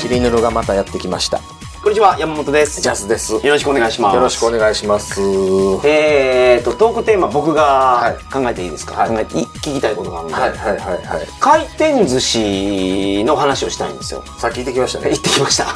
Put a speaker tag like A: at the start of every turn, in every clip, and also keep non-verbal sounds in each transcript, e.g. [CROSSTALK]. A: ちびぬるがまたやってきました
B: こんにちは、山本です。
A: ジャズですよ
B: よろしくお願いします。
A: ろしくお
B: いし
A: 願いします
B: ます。えーと、トークテーマ、僕
A: は
B: が
A: い
B: 考えていいですか、
A: はい
B: 考えてい聞きたいことがあるんで、
A: はいはいはいはい
B: 回転寿司の話をしたい
A: [LAUGHS]
B: んですよ。
A: さっき行ってきました
B: 行
A: ね
B: ってきました。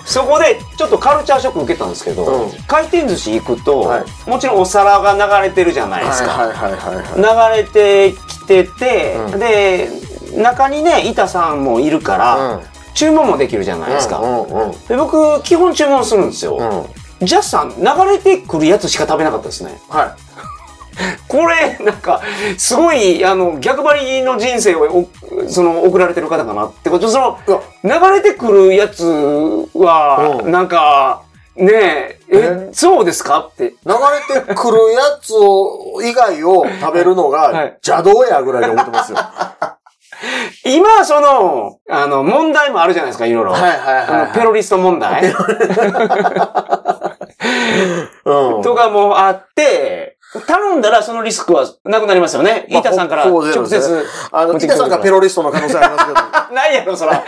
B: [LAUGHS] そこで、ちょっとカルチャーショック受けたんですけど、
A: うん
B: 回転寿司行くと、
A: はい
B: もちろんお皿が流れてるじゃないですか。
A: はいはいはいはいはい
B: 流れてきてて、
A: うん
B: で、中にね、板さんもいるから、
A: うん
B: 注文もできるじゃないですか。
A: うんうんうん
B: で僕、基本注文するんですよ。
A: うん
B: ジャスさん、流れてくるやつしか食べなかったですね。
A: は
B: これ、なんか、すごい、あの、逆張りの人生を、おその、送られてる方かなってこと。その、
A: いや
B: 流れてくるやつは、
A: うん
B: なんか、ねえ、
A: え、
B: えそうですかって。
A: 流れてくるやつを、以外を食べるの
B: は
A: が
B: い
A: 邪道やぐらいで思ってますよ。 [LAUGHS] は
B: 今、その、あの、問題もあるじゃないですか、いろいろ。
A: いはい
B: あのペロリスト問題
A: うん
B: とかもあって、頼んだらそのリスクはなくなりますよね。
A: まあ
B: イタさんから
A: ほぼゼロ
B: 直
A: ですね
B: 接。
A: あの、北さんがペロリストの可能性ありますけど。
B: [LAUGHS] ないやろ、そら。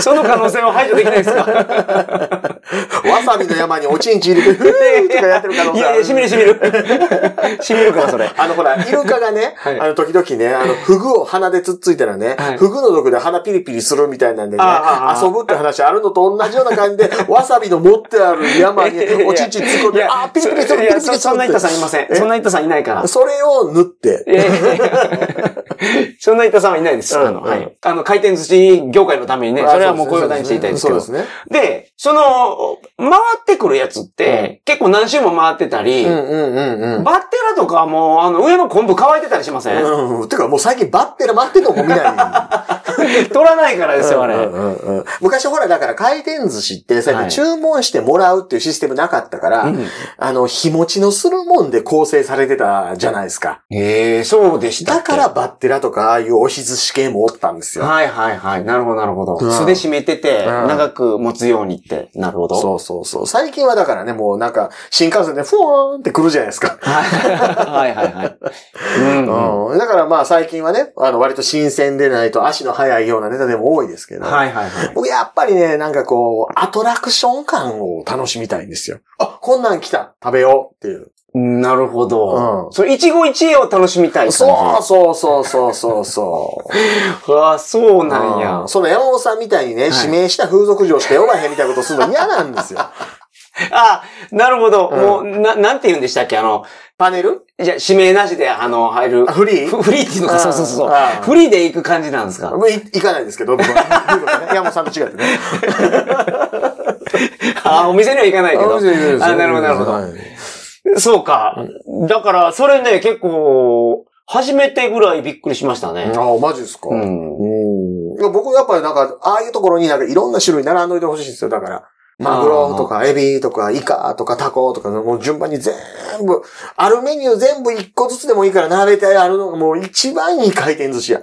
B: その可能性は排除できないですか
A: [LAUGHS] わさびの山におちんちん入れて、ふーとかやってる可能
B: い
A: 性あ
B: やい
A: る
B: や、しみるしみる。 [LAUGHS] しみるから、それ。
A: [LAUGHS] あの、ほら、
B: [LAUGHS]
A: イルカがね、
B: はい
A: あの、時々ね、あの、フグを鼻でつっついたらね、
B: はい
A: フグの毒で鼻ピリピリするみたいなんでね、
B: あああ
A: 遊ぶって話あるのと同じような感じ
B: [LAUGHS]
A: で、わさびの持ってある山におちんちん突っ込ん
B: い
A: で、
B: や
A: あー、ピリピリする、
B: い
A: ピリピ
B: や
A: リするって。
B: そそんなイタさんいません。そんなイタさんいないから。
A: それを縫って、
B: いやいやいや [LAUGHS] そんなイタさんはいないです。あの、
A: うんうん
B: はい。あの、回転寿司業界のためにね、
A: あ
B: それはもう
A: そ
B: こ
A: う
B: うい
A: ですね
B: う題にしていきたいですけど。
A: そうですね
B: で、その、回ってくるやつって、結構何周も回ってたり、
A: うんうんうんうん。
B: バッテラとかも、あの、上の昆布乾いてたりしません、
A: うん、てかもう最近バッテラ待ってるのも見ない。
B: [LAUGHS] 取らないから [LAUGHS] ですよ、あれ。
A: うんうんうん昔ほら、だから回転寿司って、さ
B: はい
A: 注文してもらうっていうシステムなかったから、
B: うん
A: あの、日持ちのするもんで構成されてたじゃないですか。
B: ええそうでしたっ
A: だ
B: け。
A: からバッテラとか、ああいう押し寿司系もおったんですよ。
B: はいはいはい。なるほどなるほど。
A: うん
B: 素で締めてて、
A: うん
B: 長く持つようにって。なるほど。
A: そうそうそう。最近はだからね、もうなんか、新幹線でフォーンって来るじゃないですか。
B: はい [LAUGHS] はいはい。うん。
A: うんだからまあ最近はね、あの割と新鮮でないと足の速いようなネタでも多いですけど、
B: はいはいはい。
A: 僕やっぱりね、なんかこう、アトラクション感を楽しみたいんですよ。あ、こんなん来た食べようっていう。
B: なるほど。
A: うん
B: それ、一期一会を楽しみたい感じ。
A: そうそうそうそうそうそう。
B: う。ああ、そうなんや
A: う。その山本さんみたいにね、
B: い
A: 指名した風俗嬢しか呼ばへんみたいなことするの嫌なんです
B: [LAUGHS]
A: よ。
B: ああ、なるほど。
A: うん
B: もう、な、なんて言うんでしたっけあの、
A: パネル
B: じゃあ、指名なしで、あの、入る。
A: あフリー
B: [LAUGHS] フフリーっていうの
A: あ
B: か、
A: ー
B: そうそうそう
A: あー。
B: フリーで行く感じなんですか
A: もうい行かないですけ
B: [LAUGHS]
A: ど、僕は風俗ね山本さんと違ってね。
B: ああ、お店には行かないけど。あ、なるほど、なるほど。そうか。だから、それね、結構、初めてぐらいびっくりしましたね。
A: ど。あ、マジですか。
B: うん。
A: うんいや僕やっぱりなんか、ああいうところになんかいろんな種類並んどいてほしいんですよ。だから、マグロとかエビとかイカとかタコとか、もう順番に全部、あるメニュー全部一個ずつでもいいから並べてあるのがもう一番いい回転寿司や。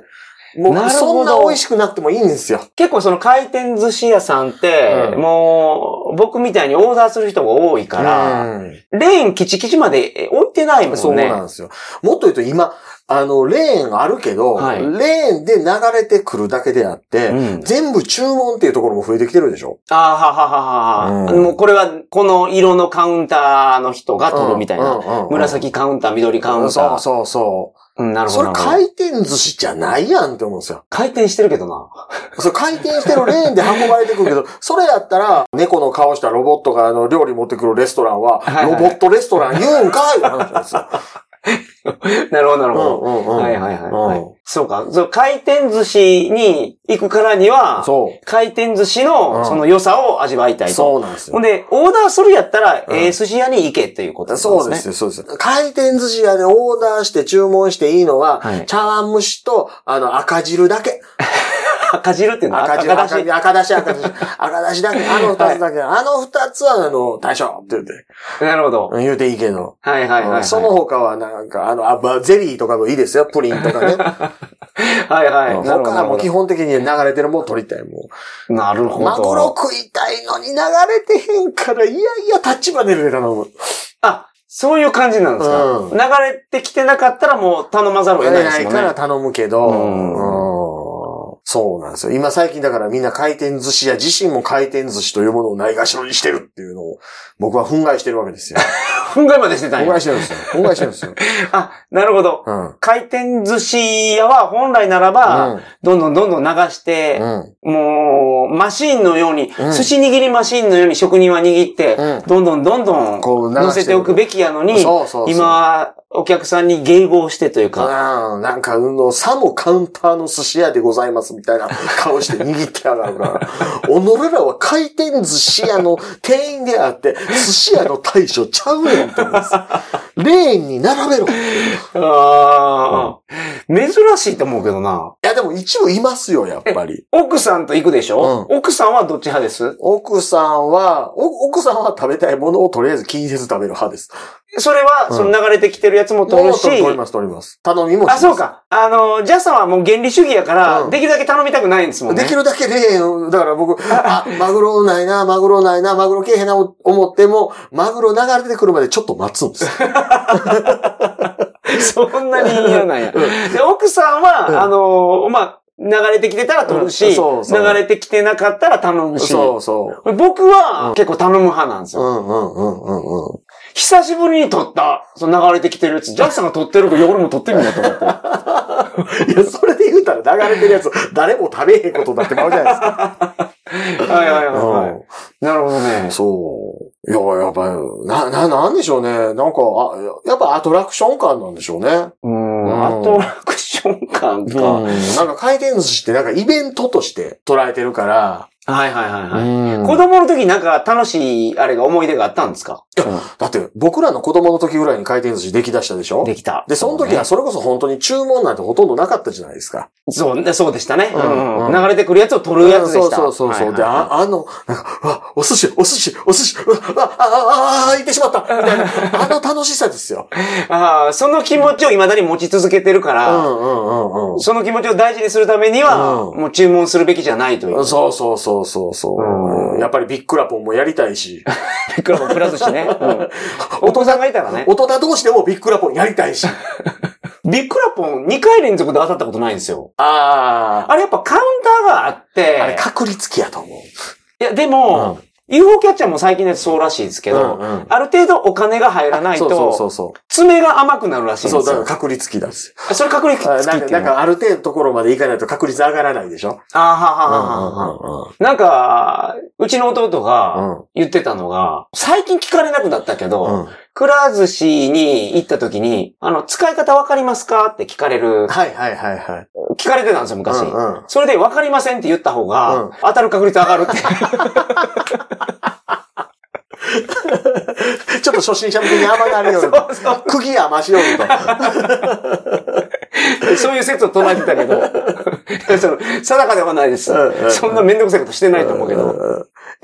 A: もう
B: なるほ
A: そ
B: ど
A: んな美味しくなくてもいいんですよ。
B: 結構その回転寿司屋さんって、
A: うん
B: もう、僕みたいにオーダーする人が多いから、
A: うん
B: レーンキチキチまで置いてないもんね。
A: そうなんですよ。もっと言うと今、あの、レーンあるけど、
B: はい
A: レーンで流れてくるだけであって、
B: うん
A: 全部注文っていうところも増えてきてるでしょ
B: ああ、ははははは。
A: うん
B: もうこれは、この色のカウンターの人が取るみたいな。
A: うんうんうんうん
B: 紫カウンター、緑カウンター。
A: そうそうそう。
B: うんなるほ
A: そ
B: ど
A: れ
B: なるほど。
A: 回転寿司じゃないやんって思うんですよ。
B: 回転してるけどな。
A: それ回転してるレーンで運ばれてくるけど、 [LAUGHS] それやったら、猫の顔したロボットがあの料理持ってくるレストランは、
B: はいはい
A: ロボットレストラン言うんかいって話なん
B: [LAUGHS]
A: ですよ。
B: [LAUGHS] なるほど、なるほど。
A: うんうんうん
B: はいはいはいはい、
A: うん
B: そうか。そう回転寿司に行くからには、
A: そう。
B: 回転寿司
A: う
B: の
A: ん
B: その良さを味わいたいと。
A: そうなんです
B: ほ
A: よ
B: ん。で、オーダーするやったら、
A: うん
B: ええ寿司屋に行けっていうことなんですね。
A: そうですよ、そうですよ。回転寿司屋でオーダーして注文していいのは、
B: はい
A: 茶碗蒸しと、あの、赤汁だけ。
B: 赤汁っていうのは
A: 赤汁、
B: 赤だ
A: 赤
B: し。
A: 赤だし、赤
B: [LAUGHS]
A: だし、赤だしだけ。あの二つだけ。あの二つは、あの、大将って言って、
B: なるほど。
A: 言うていいけど。
B: はいはいはい、はい。
A: その他はなんか、あの、あばゼリーとかもいいですよ。プリンとか
B: [LAUGHS]
A: ね。
B: はいはい。なるほ
A: 他
B: ど
A: はもう
B: な
A: 基
B: るほ
A: 本的に流れてるもん取りたいも
B: ど。なるほ
A: ん。
B: ど。
A: マグロ食いたいのに流れてへんから、いやいや、タッチパネルで頼む。
B: あ、そういう感じなんですか、
A: うん
B: 流れてきてなかったらもう頼まざるを得ないですもんね。
A: から頼むけど、
B: うん
A: うんそうなんですよ。今最近だからみんな回転寿司屋自身も回転寿司というものをないがしろにしてるっていうのを、僕は憤慨してるわけ
B: [LAUGHS]
A: ですよ。
B: 憤慨までしてたん
A: 憤
B: や
A: 慨。してるんですよ。
B: [LAUGHS]
A: 憤慨してるんですよ。
B: あ、なるほど。
A: うん。
B: 回転寿司屋は本来ならば、どんどんどんどん流して、
A: うん。
B: もう、マシンのように、
A: うん
B: 寿司握りマシンのように職人は握って、
A: うん
B: どんどんどんどん
A: こう流して
B: 乗せておくべきやの
A: うん。
B: に、
A: そうそうそう。
B: 今はお客さんに迎合してというか、
A: うん、なんか、うんの、さもカウンターの寿司屋でございますみたいな [LAUGHS] 顔して握ってやがるから。おのれらは回転寿司屋の店員であって、寿司屋の大将ちゃうやんって思うん
B: [LAUGHS]
A: ですレーンに並べろっていう。い
B: あー珍しいと思うけどな。
A: や、でも一部いますよ、やっぱり。
B: 奥さんと行くでしょ、奥さんはどっち派です
A: 奥さんは、お奥さんは食べたいものをとりあえず気にせず食べる派です。
B: それは、
A: うん
B: その流れてきてるやつも取るし、
A: 取ります、取ります。頼みもします
B: あ、そう。か。あの、ジャスさんはもう原理主義やから、
A: うん
B: できるだけ頼みたくないんですもんね。
A: できるだけレーン、だから僕、あ、マグロないな、マグロないな、マグロけえへんな思っても、マグロ流れてくるまでちょっと待つんですよ。 [LAUGHS]
B: そんなに嫌なんや。で、奥さんは、
A: うん
B: あのーまあ、流れてきてたら取るし、
A: うんそうそう
B: 流れてきてなかったら頼むし、
A: そうそう。
B: 僕は結構頼む派なんです
A: う
B: よ。
A: んうんうんうんうん。
B: 久しぶりに取った、その流れてきてるやつ、ジャックさんが取ってるから俺も取ってみようと思
A: [LAUGHS]
B: って。
A: いや、それで言うたら流れてるやつ、誰も食べへんことになってまうじゃないですか。
B: はいはいはい、はい
A: うん
B: なるほどね。
A: そう。いや、やっぱ、な、な、なんでしょうね。なんか、あ、やっぱアトラクション感なんでしょうね。
B: うん。アトラクション感か。
A: うん。なんか回転寿司ってなんかイベントとして捉えてるから。
B: はいはいはいはい。
A: うん
B: 子供の時なんか楽しい、あれが思い出があったんですか
A: だって僕らの子供の時ぐらいに回転寿司できだしたでしょ
B: できた。
A: で、その時はそれこそ本当に注文なんてほとんどなかったじゃないですか。
B: そうね、そうでしたね。
A: う
B: うんん
A: うん
B: 流れてくるやつを取るやつでした。
A: そうそうそうそう。
B: はい
A: で、
B: はいはい
A: ああの、なんか、うわ、お寿司、お寿司、お寿司、うわ、うわあ、あ、あ、あ、行ってしまったみたいな、あの楽しさですよ。
B: ああ、その気持ちを未だに持ち続けてるか
A: うんう
B: ら、
A: んうん
B: その気持ちを大事にするためには、
A: うん
B: もう注文するべきじゃないという
A: うん。。そうそうそうそうそう、
B: うん
A: やっぱりビックラポンもやりたいし、
B: ビックラポンプラ
A: [LAUGHS]
B: スしてね。うんお父さんがいたらね。
A: 大人同士でもビックラポンやりたいし。
B: ビックラポン2回連続で当たったことないんですよ。
A: ああ。
B: あれやっぱカウンターがあって、
A: あれ確率きやと思う。
B: いやでも、UFO キャッチャーも最近のやつそうらしいですけど、
A: うんうん
B: ある程度お金が入らない
A: そうそうそ
B: と、
A: うそ。
B: 爪が甘くなるらしいうん
A: そ
B: で
A: う、
B: す
A: だから
B: よ。
A: 確率きなんですよ。
B: それ確率
A: あ
B: つき
A: な
B: っ
A: んか、
B: てい
A: な
B: うんの。あ
A: かある程度のところまでいかないと確率上がらないでしょ。
B: あははははは。
A: う
B: なんか、うちの弟が
A: んうん
B: 言ってたのが、最近聞かれなくなったけど、
A: うん。うん。
B: くら寿司に行った時に、あの、使い方わかりますかって聞かれる、
A: はいはいはいはい。
B: 聞かれてたんですよ、昔。
A: うんうん
B: それで、わかりませんって言った方が、
A: うん
B: 当たる確率上がる
A: [LAUGHS]
B: って。
A: ちょっと初心者向けに甘がるように。
B: そうそ
A: 釘甘しようと。
B: う。そういう説を唱えてたけど、 [LAUGHS] その定かではないです
A: うんうんう。ん
B: そんなめんどくさいことしてないと思
A: [LAUGHS]
B: うけど。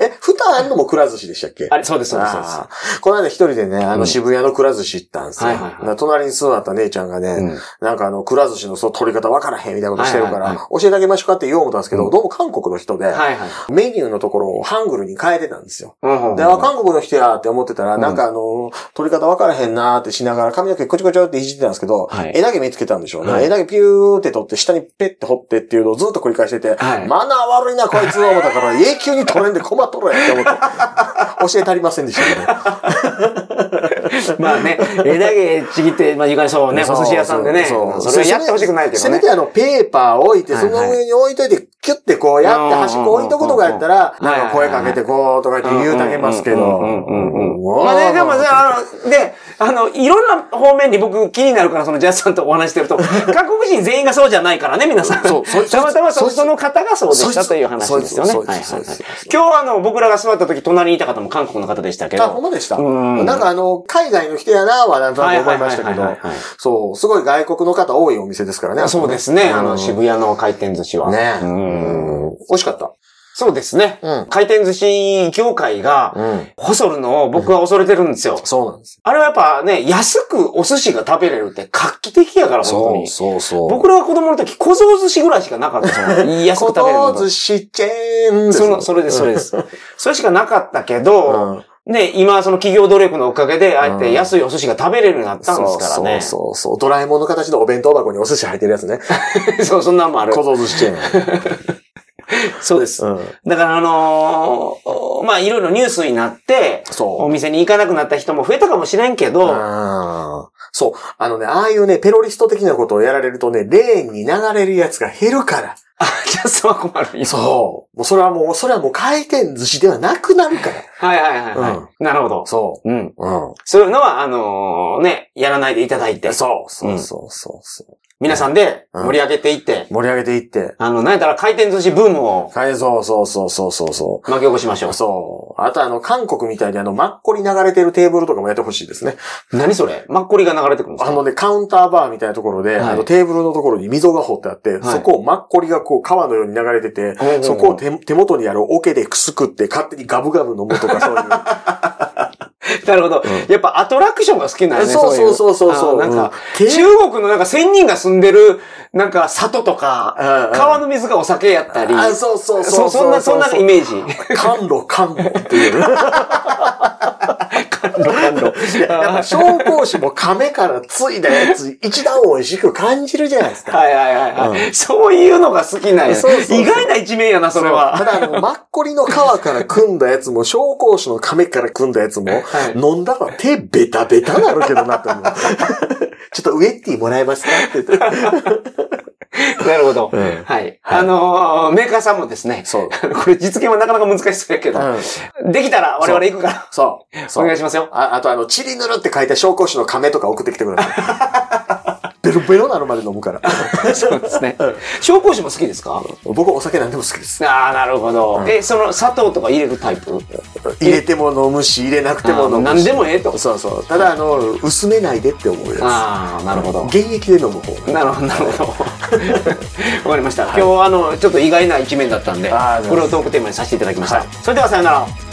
A: え、蓋あんのもくら寿司でしたっけ
B: あれ、そうです、そうです、そうです
A: あーこの間一人でね、あ
B: う
A: の
B: ん
A: 渋谷のくら寿司行ったんですよ。
B: はいはいはい
A: な隣に座った姉ちゃんがね、
B: うん
A: なんかあの、くら寿司のそう取り方わからへんみたいなことしてるから、
B: はいはいは
A: 教えてあげましょうかって言おうと思ったんですけど、
B: うん
A: どうも韓国の人で、
B: はいはい
A: メニューのところをハングルに変えてたんですよ。
B: うんうんうん。
A: で、あ、韓国の人やって思ってたら、
B: うん
A: なんかあの、取り方わからへんなーってしながら、髪の毛こちょこちょっていじってたんですけど、
B: はい
A: 枝毛見つけたんでしょうね。
B: はい
A: 枝毛ピューって取って、下にペッて掘ってっていうのをずっと繰り返してて、
B: はい
A: マナー悪いな、こいつは思ったから、永久に取れんで困っとるやんって思
B: [LAUGHS]
A: って、教え足りませんでしたけど。
B: ま
A: [LAUGHS]
B: あね、枝毛ちぎって、まあ、床にそうね、お寿司屋さんでね、
A: そう
B: それをやってほしくないけど
A: せめ
B: ね
A: て。あの、ペーパーを置いて、
B: はい
A: そ
B: はい
A: の上に置いといて、キュッてこうやって端っこ置いとくとかやったら、
B: うんうんうんうん
A: なんか声かけてこうとか言って言うたげますけど。
B: うんうんうんうん
A: うわー
B: まあね、でもさ、あの、で、あの、いろんな方面に僕気になるから、そのジャスさんとお話して
A: [LAUGHS]
B: ると、韓国人全員がそうじゃないからね、皆さん。
A: そうそいつ
B: たまたまそ
A: そいつ
B: その方がそうでし
A: そい
B: た
A: つ
B: という話ですよね。
A: そいつ
B: はいはい
A: そ
B: はいい
A: つそいつそいつ
B: 今日あの、僕らが座った時、隣にいた方も韓国の方でしたけ
A: あ、ほん
B: ど。
A: までした。
B: うんうん
A: なんかあの、海外の人やなはなんとなく思いましたけ
B: はい
A: ど
B: はいはいはいはいはい、
A: そう、すごい外国の方多いお店ですからね。
B: そうですね、
A: ん
B: あの、渋谷の回転寿司は。
A: ね
B: う
A: うん
B: ん
A: 美味しかった。
B: そうですね
A: うん。
B: 回転寿司業界が、
A: うん。
B: 細るのを僕は恐れてるんですよ。
A: そうなんですよ。
B: あれはやっぱね、安くお寿司が食べれるって画期的やから、本当
A: そう
B: に。
A: そうそう。
B: 僕らが子供の時、小僧寿司ぐらいしかなかったですもん。いい安く食べれる
A: 小
B: の
A: 僧寿司チェーンです
B: その、それです、それです。それしかなかったけど、
A: うん
B: ね、今、その企業努力のおかげで、あえて安いお寿司が食べれるようになったんですからね。
A: そうそうそうそう。ドラえもんの形のお弁当箱にお寿司入ってるやつね。
B: そう、そんなんもある。
A: 小僧寿司チェーン。
B: そうです。
A: うん。
B: だから、あのーまあ、いろいろニュースになって、お
A: そう。
B: 店に行かなくなった人も増えたかもしれんけど、
A: あーそう。あのね、ああいうね、ペロリスト的なことをやられるとね、レーンに流れるやつが減るから。
B: あ、じゃあ、そは困るよ。
A: そう。もうそれはもう、それはもう回転寿司ではなくなるから。
B: はいはいはい、はい
A: うん
B: なるほど。
A: そ
B: うん。
A: う。うん。
B: そういうのは、あのーね、やらないでいただいて、
A: そうそうそうそうそう。
B: 皆さんで
A: うん
B: 盛り上げていって、
A: 盛り上げていって。
B: あの、なんやったら回転寿司ブームを
A: はい、そうそうそうそうそうそ
B: 巻き起こしましょ
A: う。そう。あとあの、韓国みたいにあの、マッコリ流れてるテーブルとかもやってほしいですね。
B: う。何それマッコリが流れてくるんです
A: あ
B: か
A: のね、カウンターバーみたいなところで、
B: はい
A: あの、テーブルのところに溝が掘ってあって、
B: はい
A: そこをマッコリがこう、川のように流れてて、
B: うんうんうん
A: そこを手手元にある桶でくすくって、勝手にガブガブ飲む
B: [LAUGHS]
A: とか、そういう。
B: なるほど、
A: う
B: やっぱアトラクションが好きなんだね。
A: そうそうそうそう
B: い
A: そう。
B: あのなんか、
A: うん、
B: 中国のなんか仙人が住んでる、なんか里とか、川の水がお酒やったり。
A: あ、そうそうそ。
B: そうそんな、そんなイメージ。
A: 甘露甘露っていう。
B: 感動
A: やっぱ紹興酒も亀からついだやつ、一段美味しく感じるじゃないですか。
B: はいはいはいはい、そういうのが好きなんや。
A: そうそうそう
B: 意外な一面やな、それは。 [LAUGHS]
A: ただ、あの、マッコリの皮から組んだやつも、紹興酒の亀から組んだやつも、
B: はい
A: 飲んだら手ベタベタなるけどなって思う。 [LAUGHS] ちょっとウエッティもらえますかって言って。
B: なるほど。
A: うん
B: [LAUGHS] はい。あのーメーカーさんもですね。
A: そう
B: これ実現はなかなか難しそうやけど。できたら我々行くから。
A: そう。
B: お
A: そう
B: 願いしますよ。
A: ああと、あの、チリヌルって書いた紹興酒の亀とか送ってきてください。ベロベロなるまで飲むから。
B: そうですね。紹興酒も好きですか
A: 僕お酒何でも好きです。
B: ああ、なるほど。え、その砂糖とか入れるタイプ
A: 入れても飲むし、入れなくても飲むし。
B: あー何でもええと
A: そうそう。ただ、あの、薄めないでって思うや
B: ああ、なるほど
A: つ。。現液で飲む方が。
B: なるほど、なる [LAUGHS] ほど。わかりました。今日はあの、ちょっと意外な一面だったんで、
A: あーなるほど
B: これをトークテーマにさせていただきました。
A: はい
B: それではさようなら。